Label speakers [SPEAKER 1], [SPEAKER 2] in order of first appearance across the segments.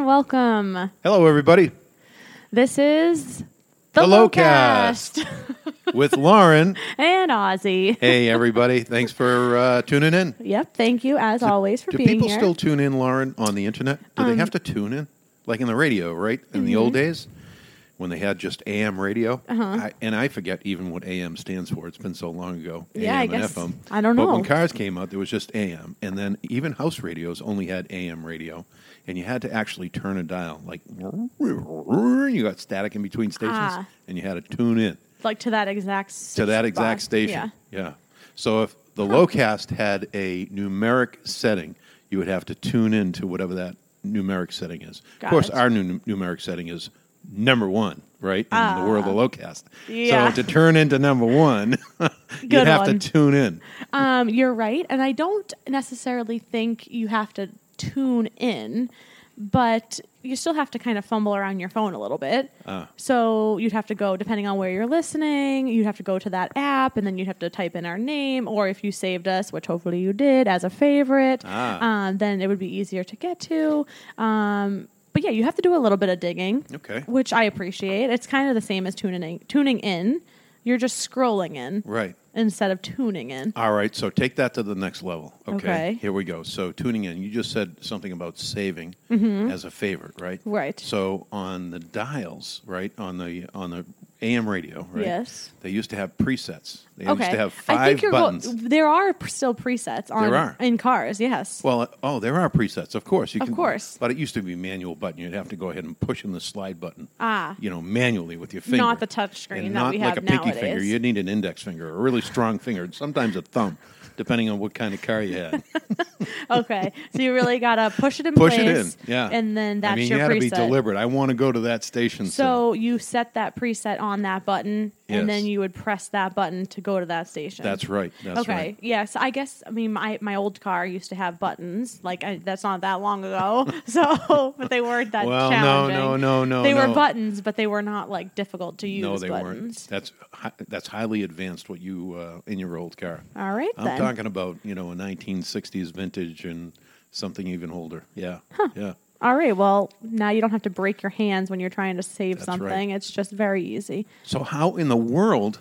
[SPEAKER 1] welcome.
[SPEAKER 2] Hello, everybody,
[SPEAKER 1] This is
[SPEAKER 2] The Lowcast. with Lauren.
[SPEAKER 1] and Ozzy.
[SPEAKER 2] hey, everybody, thanks for uh, tuning in.
[SPEAKER 1] Yep, thank you as always for
[SPEAKER 2] Do
[SPEAKER 1] being
[SPEAKER 2] people
[SPEAKER 1] here. Um,
[SPEAKER 2] still tune in, Lauren, on the internet? Do they have to tune in, like in the radio, right? In the old days, when they had just AM radio,
[SPEAKER 1] Mm-hmm. Uh-huh.
[SPEAKER 2] I, and I forget even what AM stands for. It's been so long ago.
[SPEAKER 1] Yeah,
[SPEAKER 2] AM
[SPEAKER 1] I
[SPEAKER 2] and
[SPEAKER 1] guess-
[SPEAKER 2] FM.
[SPEAKER 1] I don't
[SPEAKER 2] But when
[SPEAKER 1] know.
[SPEAKER 2] cars came out, there was just AM, and then even house radios only had AM radio, and you had to actually turn a dial. Like you got static in between stations,
[SPEAKER 1] Ah.
[SPEAKER 2] and you had to tune in
[SPEAKER 1] like to that exact
[SPEAKER 2] to that exact
[SPEAKER 1] spot.
[SPEAKER 2] station. Yeah. So if the lowcast had a numeric setting, you would have to tune in to whatever that numeric setting is.
[SPEAKER 1] Got
[SPEAKER 2] of course,
[SPEAKER 1] it.
[SPEAKER 2] our new numeric setting is number one, right? In the world of lowcast.
[SPEAKER 1] Ah. yeah.
[SPEAKER 2] So to turn into number one, you'd
[SPEAKER 1] Good
[SPEAKER 2] have
[SPEAKER 1] one.
[SPEAKER 2] to tune in.
[SPEAKER 1] Yeah. Um, you're right, and I don't necessarily think you have to tune in, but you still have to kind of fumble around your phone a little bit.
[SPEAKER 2] Ah.
[SPEAKER 1] So you'd have to go depending on where you're listening. You'd have to go to that app, and then you'd have to type in our name, or if you saved us, which hopefully you did as a favorite,
[SPEAKER 2] Ah.
[SPEAKER 1] um, then it would be easier to get to. Um, but yeah, you have to do a little bit of digging.
[SPEAKER 2] Okay.
[SPEAKER 1] which I appreciate. It's kind of the same as tuning in. Tuning in, you're just scrolling in
[SPEAKER 2] Right. Ah.
[SPEAKER 1] instead of tuning in.
[SPEAKER 2] All right, so take that to the next level. Okay.
[SPEAKER 1] Okay.
[SPEAKER 2] Here we go. So tuning in, you just said something about saving
[SPEAKER 1] Mm-hmm.
[SPEAKER 2] as a favorite, right?
[SPEAKER 1] Right.
[SPEAKER 2] So on the dials, right on the on the AM radio, right?
[SPEAKER 1] Yes.
[SPEAKER 2] They used to have presets. They
[SPEAKER 1] okay.
[SPEAKER 2] used to have
[SPEAKER 1] I
[SPEAKER 2] five
[SPEAKER 1] think you're go-
[SPEAKER 2] buttons.
[SPEAKER 1] there are p- still presets on
[SPEAKER 2] There are.
[SPEAKER 1] in cars. Yes.
[SPEAKER 2] well, oh, there are presets, of course. You
[SPEAKER 1] Of course.
[SPEAKER 2] But it used to be manual button. You'd have to go ahead and push in the slide button.
[SPEAKER 1] Ah.
[SPEAKER 2] You know, manually with your finger.
[SPEAKER 1] Not the touch screen
[SPEAKER 2] and
[SPEAKER 1] that
[SPEAKER 2] not
[SPEAKER 1] we
[SPEAKER 2] like
[SPEAKER 1] have
[SPEAKER 2] a pinky
[SPEAKER 1] nowadays.
[SPEAKER 2] finger. You'd need an index finger, a really strong finger, and sometimes a thumb, depending on what kind of car you had.
[SPEAKER 1] okay. So you really gotta push it in
[SPEAKER 2] push it in.
[SPEAKER 1] place.
[SPEAKER 2] Yeah,
[SPEAKER 1] And then that's
[SPEAKER 2] I mean,
[SPEAKER 1] your
[SPEAKER 2] you
[SPEAKER 1] preset.
[SPEAKER 2] to be deliberate. I want to go to that station.
[SPEAKER 1] So you set that preset on that button,
[SPEAKER 2] Yes.
[SPEAKER 1] and then you would press that button to go to that station.
[SPEAKER 2] that's right. That's
[SPEAKER 1] okay.
[SPEAKER 2] right.
[SPEAKER 1] Yes. I guess. I mean, my my old car used to have buttons. Like I, that's not that long ago. So, but they weren't that
[SPEAKER 2] Well, no,
[SPEAKER 1] challenging.
[SPEAKER 2] no, no, no,
[SPEAKER 1] They
[SPEAKER 2] no.
[SPEAKER 1] were buttons, but they were not like difficult to use.
[SPEAKER 2] No, they
[SPEAKER 1] buttons.
[SPEAKER 2] weren't. That's hi- that's highly advanced. What you uh, in your old car?
[SPEAKER 1] All right
[SPEAKER 2] I'm
[SPEAKER 1] then.
[SPEAKER 2] talking about you know a 1960s vintage and something even older. Yeah, yeah.
[SPEAKER 1] All right. Well, now you don't have to break your hands when you're trying to save
[SPEAKER 2] That's
[SPEAKER 1] something. It's just very easy.
[SPEAKER 2] So how in the world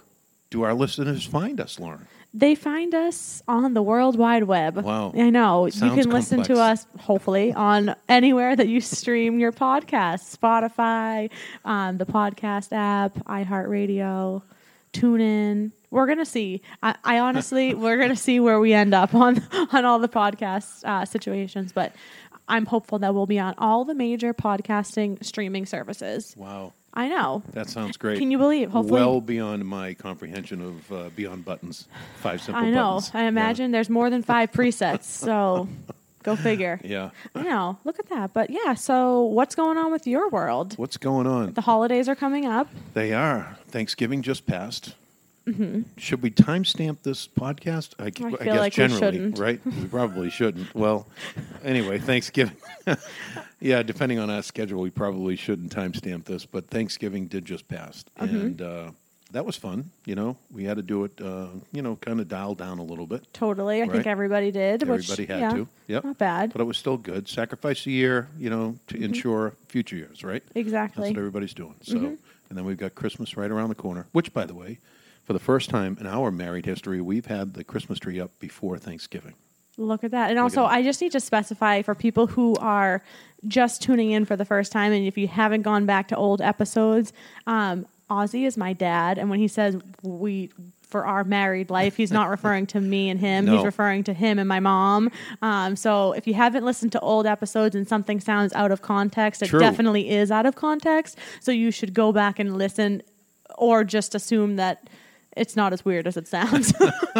[SPEAKER 2] do our listeners find us, Lauren?
[SPEAKER 1] They find us on the World Wide Web.
[SPEAKER 2] Wow.
[SPEAKER 1] I know.
[SPEAKER 2] Sounds
[SPEAKER 1] you can listen to
[SPEAKER 2] complex.
[SPEAKER 1] us, hopefully, on anywhere that you stream your podcast Spotify, um, the podcast app, iHeartRadio, TuneIn. We're going to see. I, I honestly, we're going to see where we end up on, on all the podcast uh, situations. But I'm hopeful that we'll be on all the major podcasting streaming services.
[SPEAKER 2] Wow,
[SPEAKER 1] I know.
[SPEAKER 2] that sounds great.
[SPEAKER 1] Can you believe? Hopefully,
[SPEAKER 2] well beyond my comprehension of uh, beyond buttons, five simple
[SPEAKER 1] I know.
[SPEAKER 2] buttons.
[SPEAKER 1] I imagine there's more than five presets, so go figure.
[SPEAKER 2] Yeah. yeah.
[SPEAKER 1] I know. Look at that. But yeah, so what's going on with your world?
[SPEAKER 2] What's going on?
[SPEAKER 1] The holidays are coming up.
[SPEAKER 2] They are. Thanksgiving just passed. Should we timestamp this podcast? I,
[SPEAKER 1] Mm-hmm. I feel
[SPEAKER 2] guess
[SPEAKER 1] like we
[SPEAKER 2] generally,
[SPEAKER 1] shouldn't.
[SPEAKER 2] right? We probably shouldn't. Well, anyway, Thanksgiving. yeah, depending on our schedule, we probably shouldn't timestamp this. But Thanksgiving did just pass,
[SPEAKER 1] Mm-hmm.
[SPEAKER 2] and uh, that was fun. You know, we had to do it. Uh, you know, kind of dial down a little bit.
[SPEAKER 1] Totally. I
[SPEAKER 2] Right.
[SPEAKER 1] think everybody did.
[SPEAKER 2] Everybody
[SPEAKER 1] which,
[SPEAKER 2] had
[SPEAKER 1] yeah,
[SPEAKER 2] to. Yep.
[SPEAKER 1] Not bad. Mm-hmm.
[SPEAKER 2] But it was still good. Sacrifice a year, you know, to ensure future years, right? That's
[SPEAKER 1] Exactly. Mm-hmm.
[SPEAKER 2] what everybody's doing. So, and then we've got Christmas right around the corner. Which, by the way, for the first time in our married history, we've had the Christmas tree up before Thanksgiving.
[SPEAKER 1] Look at that. And
[SPEAKER 2] at
[SPEAKER 1] also,
[SPEAKER 2] that.
[SPEAKER 1] I just need to specify for people who are just tuning in for the first time, and if you haven't gone back to old episodes, um, Ozzy is my dad, and when he says we for our married life, he's not referring to me and him.
[SPEAKER 2] No.
[SPEAKER 1] He's referring to him and my mom. Um, so if you haven't listened to old episodes and something sounds out of context, it
[SPEAKER 2] True.
[SPEAKER 1] definitely is out of context. So you should go back and listen, or just assume that. It's not as weird as it sounds.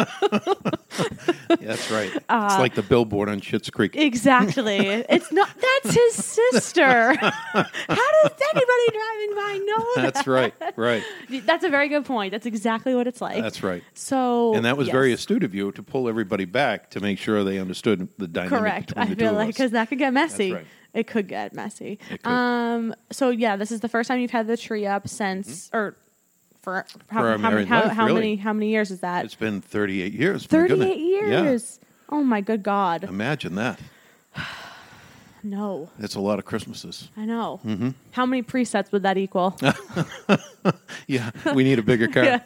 [SPEAKER 2] That's right.
[SPEAKER 1] Uh,
[SPEAKER 2] it's like the billboard on Schitt's Creek.
[SPEAKER 1] Exactly. it's not. That's his sister. How does anybody driving by know that?
[SPEAKER 2] That's right. Right.
[SPEAKER 1] That's a very good point. That's exactly what it's like.
[SPEAKER 2] That's right.
[SPEAKER 1] so.
[SPEAKER 2] And that was
[SPEAKER 1] yes.
[SPEAKER 2] very astute of you to pull everybody back to make sure they understood the dynamic
[SPEAKER 1] correct.
[SPEAKER 2] between
[SPEAKER 1] I
[SPEAKER 2] the two
[SPEAKER 1] feel
[SPEAKER 2] of
[SPEAKER 1] like
[SPEAKER 2] us.
[SPEAKER 1] because that could get messy.
[SPEAKER 2] right.
[SPEAKER 1] It could get messy.
[SPEAKER 2] It could.
[SPEAKER 1] Um. So yeah, this is the first time you've had the tree up since or for how, how,
[SPEAKER 2] Mm-hmm. For our
[SPEAKER 1] many-
[SPEAKER 2] married
[SPEAKER 1] how,
[SPEAKER 2] life,
[SPEAKER 1] how
[SPEAKER 2] really.
[SPEAKER 1] many how many years is that?
[SPEAKER 2] It's been 38 years. my
[SPEAKER 1] Thirty
[SPEAKER 2] goodness. Um,
[SPEAKER 1] eight years. Oh my good god.
[SPEAKER 2] Yeah. Imagine that.
[SPEAKER 1] No,
[SPEAKER 2] That's a lot of Christmases.
[SPEAKER 1] I know.
[SPEAKER 2] Mm-hmm.
[SPEAKER 1] How many presets would that equal?
[SPEAKER 2] Yeah, we need a bigger car.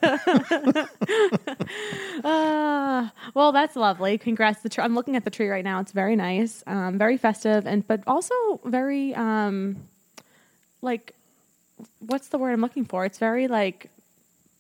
[SPEAKER 1] Uh, well, that's lovely. Congrats. The tr- I'm looking at the tree right now. It's very nice, um, very festive, and but also very um, like what's the word I'm looking for? It's very like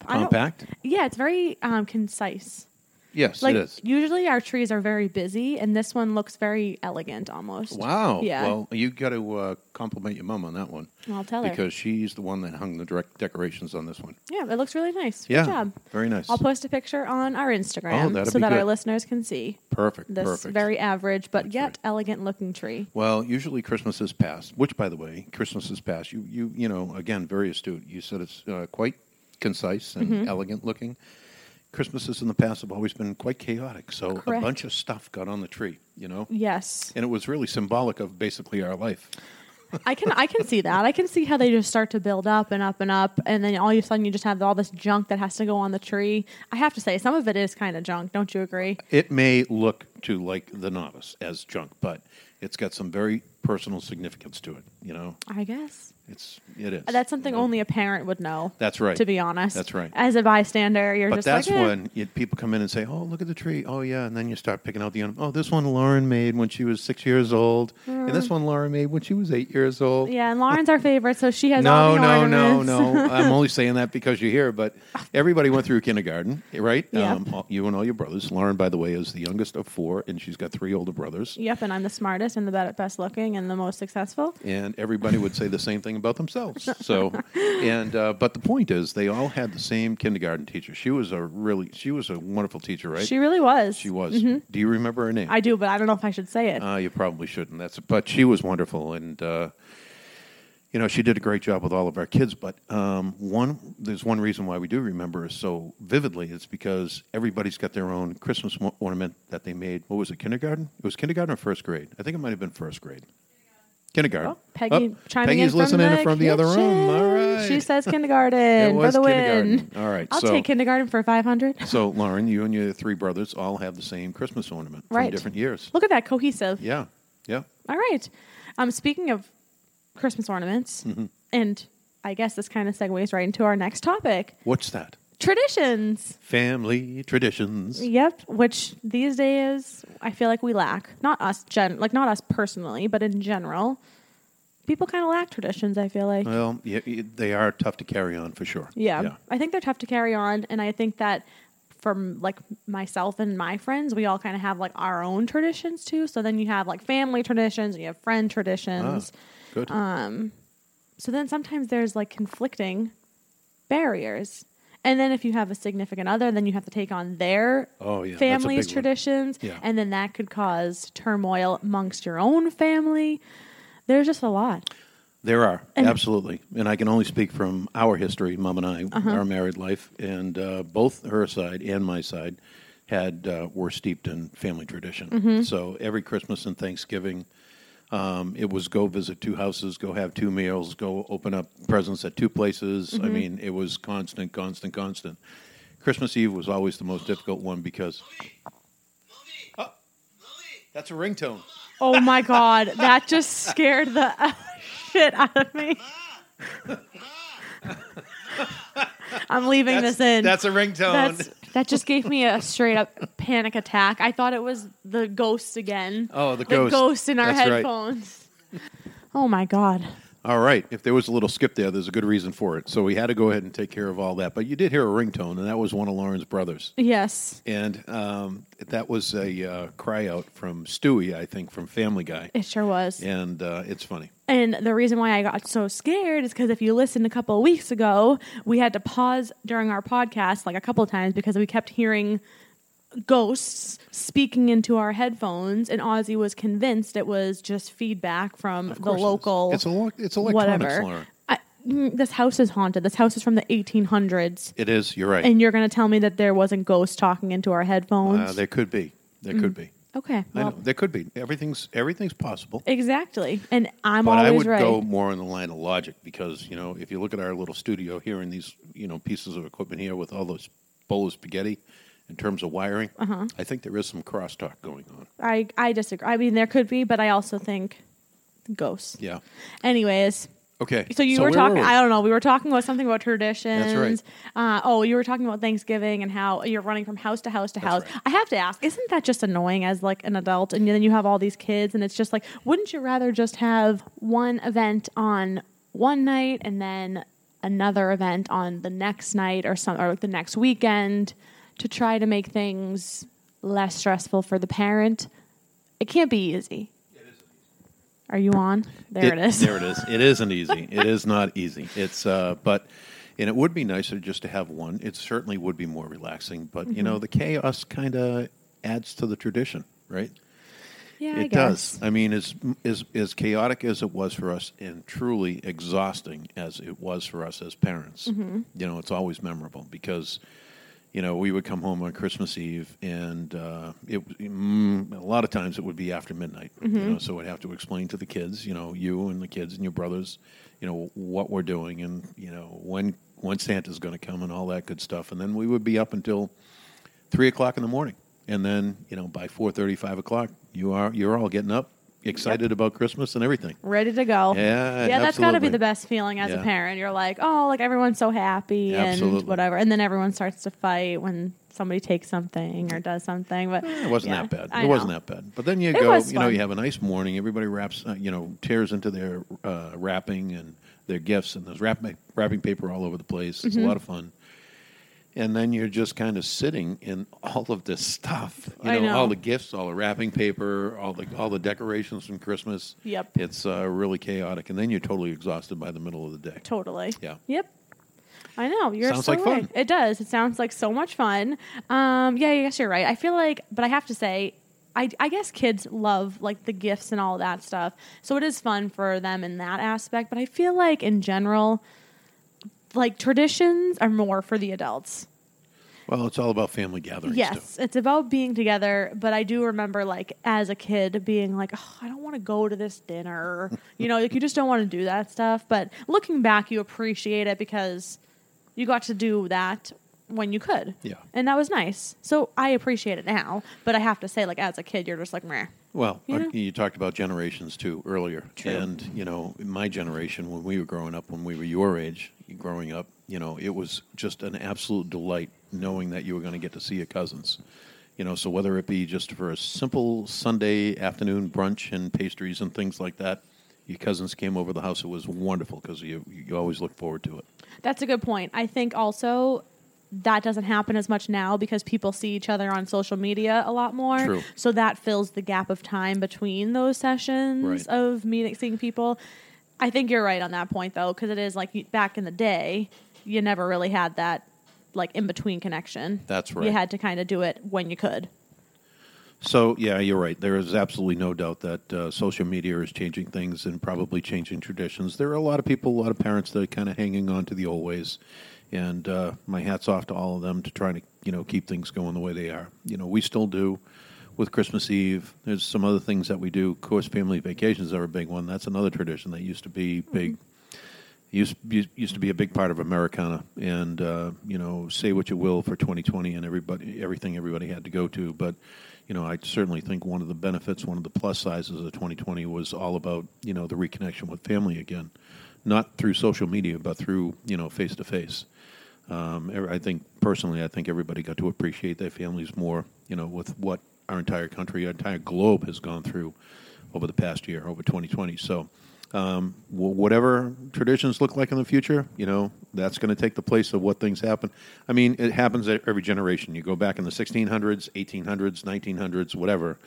[SPEAKER 1] I don't-
[SPEAKER 2] Compact.
[SPEAKER 1] Yeah, it's very um, concise.
[SPEAKER 2] Yes,
[SPEAKER 1] Like
[SPEAKER 2] it is.
[SPEAKER 1] usually our trees are very busy, and this one looks very elegant almost.
[SPEAKER 2] Wow.
[SPEAKER 1] Yeah.
[SPEAKER 2] Well, you got to uh, compliment your mom on that one
[SPEAKER 1] I'll tell her.
[SPEAKER 2] because she's the one that hung the direct decorations on this one.
[SPEAKER 1] yeah, it looks really nice.
[SPEAKER 2] yeah.
[SPEAKER 1] Good job.
[SPEAKER 2] Very nice.
[SPEAKER 1] I'll post a picture on our Instagram
[SPEAKER 2] Oh, that'd
[SPEAKER 1] so
[SPEAKER 2] be
[SPEAKER 1] that our
[SPEAKER 2] good.
[SPEAKER 1] listeners can see
[SPEAKER 2] perfect.
[SPEAKER 1] this
[SPEAKER 2] perfect.
[SPEAKER 1] very average but yet
[SPEAKER 2] right.
[SPEAKER 1] elegant looking tree.
[SPEAKER 2] Well, usually Christmas is past, which, by the way, Christmas is past. You, you, you know, again, very astute. You said it's uh, quite concise and
[SPEAKER 1] Mm-hmm.
[SPEAKER 2] elegant looking. Christmases in the past have always been quite chaotic, so a
[SPEAKER 1] Correct.
[SPEAKER 2] bunch of stuff got on the tree, you know,
[SPEAKER 1] Yes,
[SPEAKER 2] and it was really symbolic of basically our life.
[SPEAKER 1] I can I can see that. I can see how they just start to build up and up and up, and then all of a sudden you just have all this junk that has to go on the tree. I have to say, some of it is kind of junk. Don't you agree?
[SPEAKER 2] It may look to like the novice as junk, but it's got some very personal significance to it. You know,
[SPEAKER 1] I guess
[SPEAKER 2] it's it is.
[SPEAKER 1] that's something
[SPEAKER 2] you know?
[SPEAKER 1] only a parent would know.
[SPEAKER 2] That's right.
[SPEAKER 1] To be honest,
[SPEAKER 2] That's right.
[SPEAKER 1] As a bystander, you're
[SPEAKER 2] But
[SPEAKER 1] just
[SPEAKER 2] that's
[SPEAKER 1] like, eh.
[SPEAKER 2] when you, people come in and say, "Oh, look at the tree! Oh, yeah!" And then you start picking out the un- oh, this one Lauren made when she was six years old, and this one Lauren made when she was eight years old.
[SPEAKER 1] Mm. Yeah, and Lauren's our favorite, so she has all
[SPEAKER 2] No,
[SPEAKER 1] the
[SPEAKER 2] no, no,
[SPEAKER 1] ornaments.
[SPEAKER 2] no. I'm only saying that because you're here, but everybody went through kindergarten, right? Um,
[SPEAKER 1] Yeah.
[SPEAKER 2] all- you and all your brothers. Lauren, by the way, is the youngest of four, and she's got three older brothers.
[SPEAKER 1] Yep, and I'm the smartest and the be- best looking and the most successful.
[SPEAKER 2] and everybody would say the same thing about themselves. So, and uh, but the point is, they all had the same kindergarten teacher. She was a really, she was a wonderful teacher, right?
[SPEAKER 1] She really was. Mm-hmm.
[SPEAKER 2] She was. Do you remember her name?
[SPEAKER 1] I do, but I don't know if I should say it.
[SPEAKER 2] Uh, you probably shouldn't. That's but she was wonderful, and uh, you know she did a great job with all of our kids. But um, one there's one reason why we do remember her so vividly. It's because everybody's got their own Christmas mo- ornament that they made. What was it? Kindergarten? It was kindergarten or first grade? I think it might have been first grade. Kindergarten.
[SPEAKER 1] Oh, Peggy
[SPEAKER 2] Oh,
[SPEAKER 1] chiming
[SPEAKER 2] Peggy's
[SPEAKER 1] in from
[SPEAKER 2] listening
[SPEAKER 1] the
[SPEAKER 2] from the other room. All
[SPEAKER 1] kitchen.
[SPEAKER 2] right.
[SPEAKER 1] She says kindergarten
[SPEAKER 2] It
[SPEAKER 1] for
[SPEAKER 2] was
[SPEAKER 1] the win.
[SPEAKER 2] kindergarten. All right,
[SPEAKER 1] I'll
[SPEAKER 2] so-
[SPEAKER 1] take kindergarten for 500.
[SPEAKER 2] so Lauren, you and your three brothers all have the same Christmas ornament
[SPEAKER 1] Right.
[SPEAKER 2] from different years.
[SPEAKER 1] Look at that cohesive.
[SPEAKER 2] Yeah. Yeah.
[SPEAKER 1] All right. Um, speaking of Christmas ornaments,
[SPEAKER 2] Hmm. mm-hmm.
[SPEAKER 1] and I guess this kind of segues right into our next topic
[SPEAKER 2] What's that?
[SPEAKER 1] traditions.
[SPEAKER 2] Family traditions.
[SPEAKER 1] Yep, which these days I feel like we lack. Not us, gen- like not us personally, but in general, people kind of lack traditions. I feel like.
[SPEAKER 2] Well, yeah, y- they are tough to carry on for sure.
[SPEAKER 1] Yeah. I think they're tough to carry on. And I think that from like myself and my friends, we all kind of have like our own traditions too. So then you have like family traditions and you have friend
[SPEAKER 2] Ah,
[SPEAKER 1] traditions.
[SPEAKER 2] good.
[SPEAKER 1] So then sometimes there's like conflicting barriers. And then if you have a significant other, then you have to take on their
[SPEAKER 2] Oh, yeah, that's a
[SPEAKER 1] family's
[SPEAKER 2] big one.
[SPEAKER 1] traditions.
[SPEAKER 2] Yeah.
[SPEAKER 1] And then that could cause turmoil amongst your own family. There's just a lot.
[SPEAKER 2] there are
[SPEAKER 1] and-
[SPEAKER 2] absolutely, and I can only speak from our history, Mom and I,
[SPEAKER 1] Uh-huh.
[SPEAKER 2] our married life, and uh, both her side and my side had uh, were steeped in family tradition.
[SPEAKER 1] Mm-hmm.
[SPEAKER 2] So every Christmas and Thanksgiving. Um, it was go visit two houses, go have two meals, go open up presents at two places.
[SPEAKER 1] Mm-hmm.
[SPEAKER 2] I mean, it was constant, constant, constant. Christmas Eve was always the most difficult one because Oh, that's a ringtone.
[SPEAKER 1] Oh my God. that just scared the shit out of me. I'm leaving
[SPEAKER 2] that's,
[SPEAKER 1] this in.
[SPEAKER 2] That's a ringtone.
[SPEAKER 1] That's- that just gave me a straight up panic attack. I thought it was the ghost again.
[SPEAKER 2] Oh,
[SPEAKER 1] The
[SPEAKER 2] the ghost.
[SPEAKER 1] ghost in our
[SPEAKER 2] That's right.
[SPEAKER 1] headphones. Oh my God.
[SPEAKER 2] all right. If there was a little skip there, there's a good reason for it. So we had to go ahead and take care of all that. But you did hear a ringtone, and that was one of Lauren's brothers.
[SPEAKER 1] Yes.
[SPEAKER 2] And um, that was a uh, cry out from Stewie, I think, from Family Guy.
[SPEAKER 1] It sure was.
[SPEAKER 2] And uh, it's funny.
[SPEAKER 1] And the reason why I got so scared is because if you listened a couple of weeks ago, we had to pause during our podcast like a couple of times because we kept hearing ghosts speaking into our headphones, and Ozzy was convinced it was just feedback from
[SPEAKER 2] Of
[SPEAKER 1] the
[SPEAKER 2] course it is.
[SPEAKER 1] local.
[SPEAKER 2] It's, a lo- it's electronics,
[SPEAKER 1] whatever.
[SPEAKER 2] Lauren.
[SPEAKER 1] I, mm, this house is haunted. This house is from the 1800s,
[SPEAKER 2] It is. You're right.
[SPEAKER 1] and you're going to tell me that there wasn't ghosts talking into our headphones?
[SPEAKER 2] uh, there could be. There could be.
[SPEAKER 1] okay,
[SPEAKER 2] I
[SPEAKER 1] Mm. well,
[SPEAKER 2] know. There could be. Everything's everything's possible.
[SPEAKER 1] exactly. And I'm
[SPEAKER 2] But
[SPEAKER 1] always
[SPEAKER 2] I would
[SPEAKER 1] right.
[SPEAKER 2] go more in the line of logic because you know if you look at our little studio here and these you know pieces of equipment here with all those bowl of spaghetti, in terms of wiring,
[SPEAKER 1] Uh-huh.
[SPEAKER 2] I think there is some crosstalk going on.
[SPEAKER 1] I I disagree. I mean, there could be, but I also think ghosts.
[SPEAKER 2] Yeah.
[SPEAKER 1] Anyways,
[SPEAKER 2] Okay.
[SPEAKER 1] so you
[SPEAKER 2] where
[SPEAKER 1] were talking.
[SPEAKER 2] we?
[SPEAKER 1] I don't know. We were talking about something about traditions.
[SPEAKER 2] right.
[SPEAKER 1] Uh, oh, you were talking about Thanksgiving and how you're running from house to house to house.
[SPEAKER 2] right.
[SPEAKER 1] I have to ask, isn't that just annoying as like an adult? And then you have all these kids, and it's just like, wouldn't you rather just have one event on one night and then another event on the next night or some or like the next weekend to try to make things less stressful for the parent? It can't be easy. Are you on? There it is.
[SPEAKER 2] There it is. It isn't easy. It is not easy. It's uh, but, and it would be nicer just to have one. It certainly would be more relaxing. But
[SPEAKER 1] Mm-hmm.
[SPEAKER 2] you know, the chaos kind of adds to the tradition, right?
[SPEAKER 1] yeah, I
[SPEAKER 2] it
[SPEAKER 1] guess.
[SPEAKER 2] does. I mean, as as as chaotic as it was for us, and truly exhausting as it was for us as parents,
[SPEAKER 1] Mm-hmm.
[SPEAKER 2] you know, it's always memorable because. You know, we would come home on Christmas Eve, and uh, it mm, a lot of times it would be after midnight.
[SPEAKER 1] Mm-hmm.
[SPEAKER 2] You know, so I'd have to explain to the kids, you know, you and the kids and your brothers, you know, what we're doing, and you know when when Santa's going to come and all that good stuff. And then we would be up until three o'clock in the morning, and then you know by four thirty, five o'clock, you are you're all getting up, excited about Christmas and everything.
[SPEAKER 1] ready to go.
[SPEAKER 2] Yeah,
[SPEAKER 1] yeah, that's got to be
[SPEAKER 2] absolutely.
[SPEAKER 1] the best feeling as a
[SPEAKER 2] Yeah.
[SPEAKER 1] parent. You're like, oh, like everyone's so happy
[SPEAKER 2] Absolutely.
[SPEAKER 1] and whatever, and then everyone starts to fight when somebody takes something or does something. But
[SPEAKER 2] Eh, It wasn't
[SPEAKER 1] yeah,
[SPEAKER 2] that bad.
[SPEAKER 1] I
[SPEAKER 2] it wasn't
[SPEAKER 1] know.
[SPEAKER 2] that bad. But then you
[SPEAKER 1] It
[SPEAKER 2] go,
[SPEAKER 1] was
[SPEAKER 2] you know,
[SPEAKER 1] fun.
[SPEAKER 2] you have a nice morning. Everybody wraps, uh, you know, tears into their uh, wrapping and their gifts, and there's wrap, wrapping paper all over the place. It's
[SPEAKER 1] Mm-hmm.
[SPEAKER 2] a lot of fun. And then you're just kind of sitting in all of this stuff. You
[SPEAKER 1] I
[SPEAKER 2] know,
[SPEAKER 1] know.
[SPEAKER 2] all the gifts, all the wrapping paper, all the all the decorations from Christmas.
[SPEAKER 1] Yep.
[SPEAKER 2] It's uh, really chaotic, and then you're totally exhausted by the middle of the day.
[SPEAKER 1] Totally.
[SPEAKER 2] Yeah.
[SPEAKER 1] Yep. I know. You're
[SPEAKER 2] Sounds
[SPEAKER 1] so
[SPEAKER 2] like
[SPEAKER 1] right.
[SPEAKER 2] fun.
[SPEAKER 1] It does. It sounds like so much fun. Um, yeah, I guess you're right. I feel like, but I have to say, I, I guess kids love like the gifts and all that stuff. So it is fun for them in that aspect. But I feel like in general, like traditions are more for the adults.
[SPEAKER 2] Well, it's all about family gatherings.
[SPEAKER 1] Yes, it's about being together. But I do remember, like, as a kid, being like, oh, I don't want to go to this dinner. you know, like, you just don't want to do that stuff. But looking back, you appreciate it because you got to do that when you could.
[SPEAKER 2] Too. Yeah.
[SPEAKER 1] And that was nice. So I appreciate it now. But I have to say, like, as a kid, you're just like, meh.
[SPEAKER 2] Well,
[SPEAKER 1] You
[SPEAKER 2] uh,
[SPEAKER 1] know?
[SPEAKER 2] you talked about generations too earlier,
[SPEAKER 1] True.
[SPEAKER 2] and you know, in my generation when we were growing up, when we were your age, growing up, you know, it was just an absolute delight knowing that you were going to get to see your cousins. You know, so whether it be just for a simple Sunday afternoon brunch and pastries and things like that, your cousins came over the house. It was wonderful because you you always look forward to it.
[SPEAKER 1] That's a good point. I think also that doesn't happen as much now because people see each other on social media a lot more.
[SPEAKER 2] True.
[SPEAKER 1] So that fills the gap of time between those sessions
[SPEAKER 2] Right.
[SPEAKER 1] of meeting seeing people. I think you're right on that point though because it is like you- back in the day you never really had that like in between connection.
[SPEAKER 2] That's
[SPEAKER 1] You
[SPEAKER 2] right.
[SPEAKER 1] had to kind of do it when you could.
[SPEAKER 2] So yeah, you're right. There is absolutely no doubt that uh, social media is changing things and probably changing traditions. There are a lot of people, a lot of parents that are kind of hanging on to the old ways, and uh, my hats off to all of them to trying to you know keep things going the way they are. You know, we still do with Christmas Eve. There's some other things that we do. Of course, family vacations are a big one. That's another tradition that used to be big used used used to be a big part of Americana, and uh, you know, say what you will for 2020 and everybody, everything everybody had to go to, but you know, I certainly think one of the benefits, one of the plus sizes of 2020 was all about you know the reconnection with family again, not through social media, but through you know face to face. Um, ev- I think personally, I think everybody got to appreciate their families more. You know, with what our entire country, our entire globe has gone through over the past year, over 2020. So, um, wh- whatever traditions look like in the future, you know, that's going to take the place of what things happen. I mean, it happens at every generation. You go back in the 1600s, 1800s, 1900s, whatever.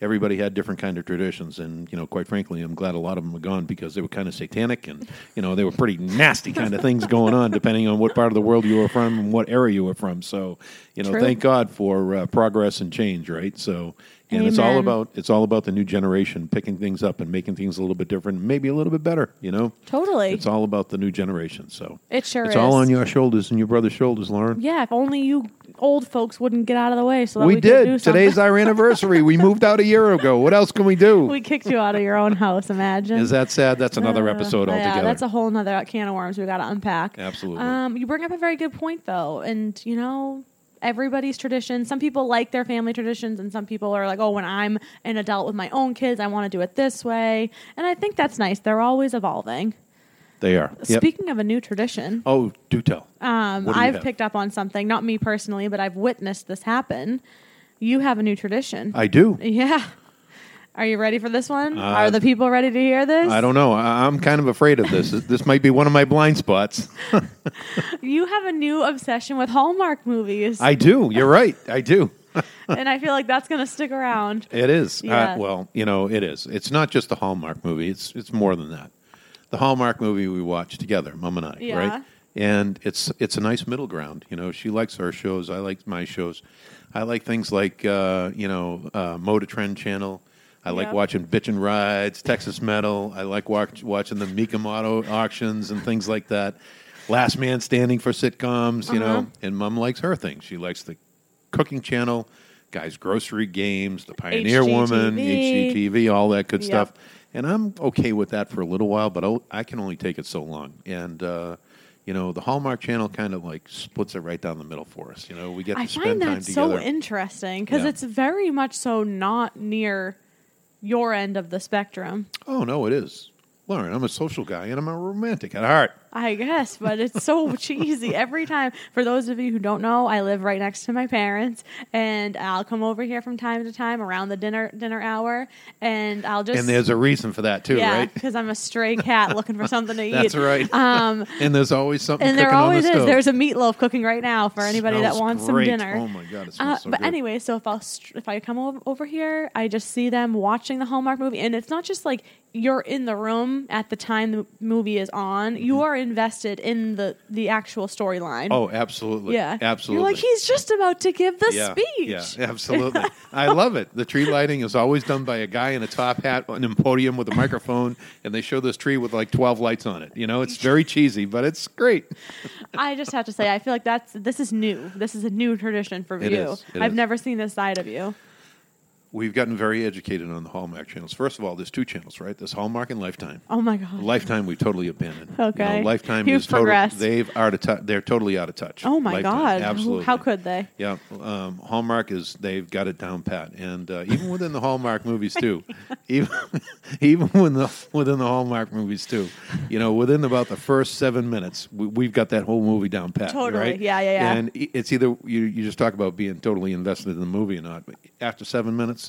[SPEAKER 2] Everybody had different kind of traditions, and you know, quite frankly, I'm glad a lot of them are gone because they were kind of satanic, and you know, they were pretty nasty kind of things going on, depending on what part of the world you were from and what area you were from. So, you know,
[SPEAKER 1] True.
[SPEAKER 2] thank God for uh, progress and change, right? So, and it's all
[SPEAKER 1] Amen.
[SPEAKER 2] about it's all about the new generation picking things up and making things a little bit different, maybe a little bit better. You know,
[SPEAKER 1] Totally.
[SPEAKER 2] it's all about the new generation. So
[SPEAKER 1] It sure
[SPEAKER 2] it's
[SPEAKER 1] is.
[SPEAKER 2] all on your shoulders and your brother's shoulders, Lauren.
[SPEAKER 1] yeah, if only you old folks wouldn't get out of the way so that we,
[SPEAKER 2] we,
[SPEAKER 1] could do
[SPEAKER 2] did.
[SPEAKER 1] something.
[SPEAKER 2] Today's our anniversary. we moved out a year ago. What else can we do?
[SPEAKER 1] we kicked you out of your own house, imagine.
[SPEAKER 2] is that sad? That's another
[SPEAKER 1] Uh,
[SPEAKER 2] episode altogether.
[SPEAKER 1] Yeah, that's a whole nother can of worms we got to unpack.
[SPEAKER 2] Absolutely.
[SPEAKER 1] Um, you bring up a very good point, though, and you know, everybody's tradition. Some people like their family traditions, and some people are like, oh, when I'm an adult with my own kids, I want to do it this way. And I think that's nice. They're always evolving.
[SPEAKER 2] They are. Yep.
[SPEAKER 1] Speaking of a new tradition,
[SPEAKER 2] oh, do tell.
[SPEAKER 1] um,
[SPEAKER 2] What do you
[SPEAKER 1] I've
[SPEAKER 2] have?
[SPEAKER 1] picked up on something, not me personally, but I've witnessed this happen. You have a new tradition.
[SPEAKER 2] I do.
[SPEAKER 1] yeah. Are you ready for this one?
[SPEAKER 2] Uh,
[SPEAKER 1] Are the people ready to hear this?
[SPEAKER 2] I don't know. I, I'm kind of afraid of this. this might be one of my blind spots.
[SPEAKER 1] You have a new obsession with Hallmark movies,
[SPEAKER 2] I do. You're right. I do.
[SPEAKER 1] and I feel like that's going to stick around.
[SPEAKER 2] It is.
[SPEAKER 1] Yeah.
[SPEAKER 2] Uh, well, you know, it is. It's not just the Hallmark movie. It's it's more than that. The Hallmark movie we watch together, Mom and I,
[SPEAKER 1] Yeah.
[SPEAKER 2] right? And it's it's a nice middle ground. You know, she likes our shows. I like my shows. I like things like uh, you know, uh, Moda Trend Channel. I like
[SPEAKER 1] Yep.
[SPEAKER 2] watching Bitchin' Rides, Texas Metal. I like watch, watching the Meekum Auto auctions and things like that. Last Man Standing for sitcoms, you
[SPEAKER 1] Uh-huh.
[SPEAKER 2] know. And Mom likes her thing. She likes the Cooking Channel, Guys Grocery Games, the Pioneer Woman,
[SPEAKER 1] HGTV.
[SPEAKER 2] HGTV, all that good
[SPEAKER 1] Yep.
[SPEAKER 2] stuff. And I'm okay with that for a little while, but I'll, I can only take it so long. And uh, you know, the Hallmark Channel kind of like splits it right down the middle for us. You know, we get
[SPEAKER 1] I
[SPEAKER 2] to spend
[SPEAKER 1] find
[SPEAKER 2] time
[SPEAKER 1] that
[SPEAKER 2] together.
[SPEAKER 1] so interesting because
[SPEAKER 2] Yeah.
[SPEAKER 1] it's very much so not near your end of the spectrum,
[SPEAKER 2] oh no, it is, Lauren. I'm a social guy and I'm a romantic at heart.
[SPEAKER 1] I guess, but it's so cheesy every time. For those of you who don't know, I live right next to my parents, and I'll come over here from time to time around the dinner dinner hour, and I'll just
[SPEAKER 2] And there's a reason for that too,
[SPEAKER 1] yeah,
[SPEAKER 2] right?
[SPEAKER 1] because I'm a stray cat looking for something to eat.
[SPEAKER 2] That's right.
[SPEAKER 1] Um,
[SPEAKER 2] and there's always something.
[SPEAKER 1] and there
[SPEAKER 2] cooking
[SPEAKER 1] always
[SPEAKER 2] on the
[SPEAKER 1] is.
[SPEAKER 2] Stove.
[SPEAKER 1] There's a meatloaf cooking right now for anybody that
[SPEAKER 2] Smells
[SPEAKER 1] wants
[SPEAKER 2] great.
[SPEAKER 1] some dinner.
[SPEAKER 2] Oh my god, it
[SPEAKER 1] Uh,
[SPEAKER 2] smells so
[SPEAKER 1] but
[SPEAKER 2] good.
[SPEAKER 1] anyway, so if I'll str- if I come over, over here, I just see them watching the Hallmark movie, and it's not just like you're in the room at the time the movie is on. You are invested in the the actual storyline.
[SPEAKER 2] Mm-hmm. Oh, absolutely.
[SPEAKER 1] yeah,
[SPEAKER 2] absolutely.
[SPEAKER 1] You're like he's just about to give the speech.
[SPEAKER 2] Yeah, absolutely. I love it. The tree lighting is always done by a guy in a top hat on a podium with a microphone, and they show this tree with like 12 lights on it. You know, it's very cheesy, but it's great.
[SPEAKER 1] I just have to say, I feel like that's this is new. This is a new tradition for
[SPEAKER 2] It
[SPEAKER 1] you.
[SPEAKER 2] is. It
[SPEAKER 1] I've
[SPEAKER 2] is.
[SPEAKER 1] never seen this side of you.
[SPEAKER 2] We've gotten very educated on the Hallmark channels. First of all, there's two channels, right? There's Hallmark and Lifetime.
[SPEAKER 1] Oh my god.
[SPEAKER 2] Lifetime, we've totally abandoned. You know,
[SPEAKER 1] Okay.
[SPEAKER 2] Lifetime
[SPEAKER 1] You've
[SPEAKER 2] is totally.
[SPEAKER 1] progressed.
[SPEAKER 2] They've out of touch. They're totally out of touch.
[SPEAKER 1] oh my
[SPEAKER 2] Lifetime,
[SPEAKER 1] god. Who-
[SPEAKER 2] Absolutely.
[SPEAKER 1] How could they?
[SPEAKER 2] Yeah, um, Hallmark is they've got it down pat, and uh, even within the Hallmark movies too, even even when the within the Hallmark movies too, you know, within about the first seven minutes, we, we've got that whole movie down pat.
[SPEAKER 1] Totally.
[SPEAKER 2] right?
[SPEAKER 1] Yeah, yeah, yeah.
[SPEAKER 2] And i- it's either you you just talk about being totally invested in the movie or not. But after seven minutes,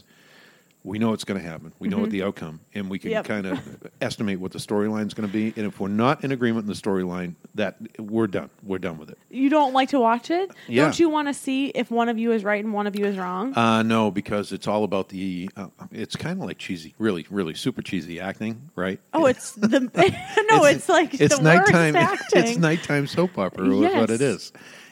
[SPEAKER 2] we know it's going to happen. We know what the outcome, and we can
[SPEAKER 1] Mm-hmm. Yep.
[SPEAKER 2] kind of estimate what the storyline's going to be. And if we're not in agreement in the storyline, that we're done. We're done with it.
[SPEAKER 1] You don't like to watch it?
[SPEAKER 2] Yeah.
[SPEAKER 1] Don't you want to see if one of you is right and one of you is wrong?
[SPEAKER 2] Uh, no, because it's all about the. Uh, it's kind of like cheesy, really, really super cheesy acting, right?
[SPEAKER 1] oh, it's the no, it's, like the
[SPEAKER 2] nighttime.
[SPEAKER 1] worst acting.
[SPEAKER 2] It's nighttime soap opera, is what
[SPEAKER 1] Yes.
[SPEAKER 2] it is,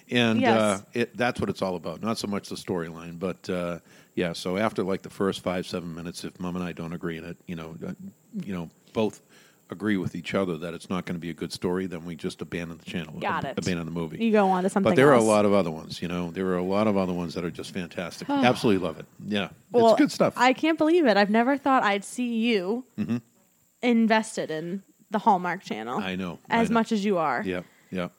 [SPEAKER 2] and
[SPEAKER 1] Yes.
[SPEAKER 2] uh, it, that's what it's all about. Not so much the storyline, but uh, yeah. So after like the first five seven minutes, if Mom and I don't agree in it, you know, uh, you know, both agree with each other that it's not going to be a good story, then we just abandon the channel,
[SPEAKER 1] Got it.
[SPEAKER 2] ab- abandon the movie.
[SPEAKER 1] You go on to something.
[SPEAKER 2] But there are
[SPEAKER 1] else.
[SPEAKER 2] a lot of other ones, you know. There are a lot of other ones that are just fantastic. Absolutely love it. Yeah,
[SPEAKER 1] Well,
[SPEAKER 2] it's good stuff. Mm-hmm.
[SPEAKER 1] I can't believe it. I've never thought I'd see you invested in the Hallmark Channel.
[SPEAKER 2] I know, I
[SPEAKER 1] Oh, as
[SPEAKER 2] know.
[SPEAKER 1] much as you are.
[SPEAKER 2] yeah, yeah.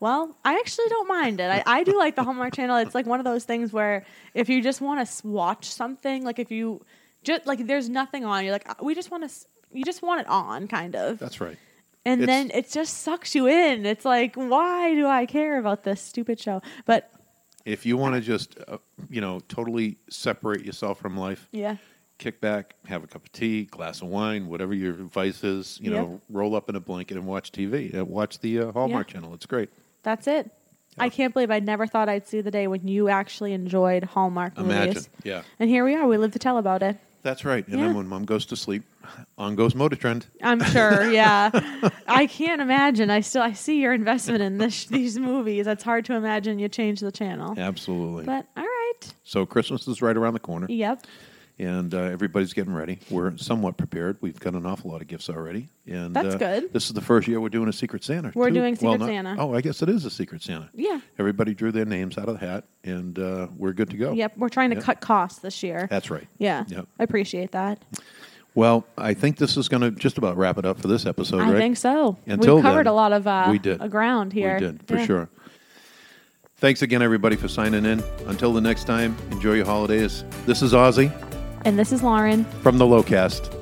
[SPEAKER 1] Well, I actually don't mind it. I, I do like the Hallmark Channel. It's like one of those things where if you just want to watch something, like if you just like there's nothing on, you're like "Uh, we just want to. You just want it on, kind of.
[SPEAKER 2] That's right.
[SPEAKER 1] and
[SPEAKER 2] It's-
[SPEAKER 1] then it just sucks you in. It's like, why do I care about this stupid show? But
[SPEAKER 2] If you want to just, uh, you know, totally separate yourself from life,
[SPEAKER 1] yeah,
[SPEAKER 2] kick back, have a cup of tea, glass of wine, whatever your vice is, you know, roll up in a blanket and watch TV. Uh, watch the uh, Hallmark
[SPEAKER 1] Yeah.
[SPEAKER 2] Channel. It's great.
[SPEAKER 1] that's it. I can't believe I never thought I'd see the day when you actually enjoyed Hallmark
[SPEAKER 2] Imagine,
[SPEAKER 1] movies.
[SPEAKER 2] yeah,
[SPEAKER 1] And here we are. We live to tell about it.
[SPEAKER 2] that's right. And
[SPEAKER 1] Yeah.
[SPEAKER 2] then when Mom goes to sleep, on goes Mototrend.
[SPEAKER 1] I'm sure. Yeah, I can't imagine. I still I see your investment in this these movies. It's hard to imagine you change the channel.
[SPEAKER 2] Absolutely.
[SPEAKER 1] Oh. But all right.
[SPEAKER 2] so Christmas is right around the corner.
[SPEAKER 1] Yep.
[SPEAKER 2] and uh, everybody's getting ready. We're somewhat prepared. We've got an awful lot of gifts already, and
[SPEAKER 1] That's
[SPEAKER 2] uh,
[SPEAKER 1] good.
[SPEAKER 2] This is the first year we're doing a Secret Santa.
[SPEAKER 1] We're
[SPEAKER 2] too.
[SPEAKER 1] doing
[SPEAKER 2] Well,
[SPEAKER 1] Secret Santa.
[SPEAKER 2] Oh, I guess it is a Secret Santa.
[SPEAKER 1] Yeah.
[SPEAKER 2] Everybody drew their names out of the hat, and uh, we're good to go.
[SPEAKER 1] Yep. We're trying to
[SPEAKER 2] Yeah.
[SPEAKER 1] cut costs this year.
[SPEAKER 2] That's right.
[SPEAKER 1] yeah.
[SPEAKER 2] Yep.
[SPEAKER 1] I appreciate that.
[SPEAKER 2] Well, I think this is going to just about wrap it up for this episode,
[SPEAKER 1] I
[SPEAKER 2] right?
[SPEAKER 1] think so.
[SPEAKER 2] Until
[SPEAKER 1] we covered
[SPEAKER 2] then,
[SPEAKER 1] a lot of uh,
[SPEAKER 2] we did.
[SPEAKER 1] ground here.
[SPEAKER 2] We did for
[SPEAKER 1] Yeah.
[SPEAKER 2] sure. Thanks again, everybody, for signing in. Until the next time, enjoy your holidays. This is Ozzy
[SPEAKER 1] And this is Lauren.
[SPEAKER 2] from the Lowcast.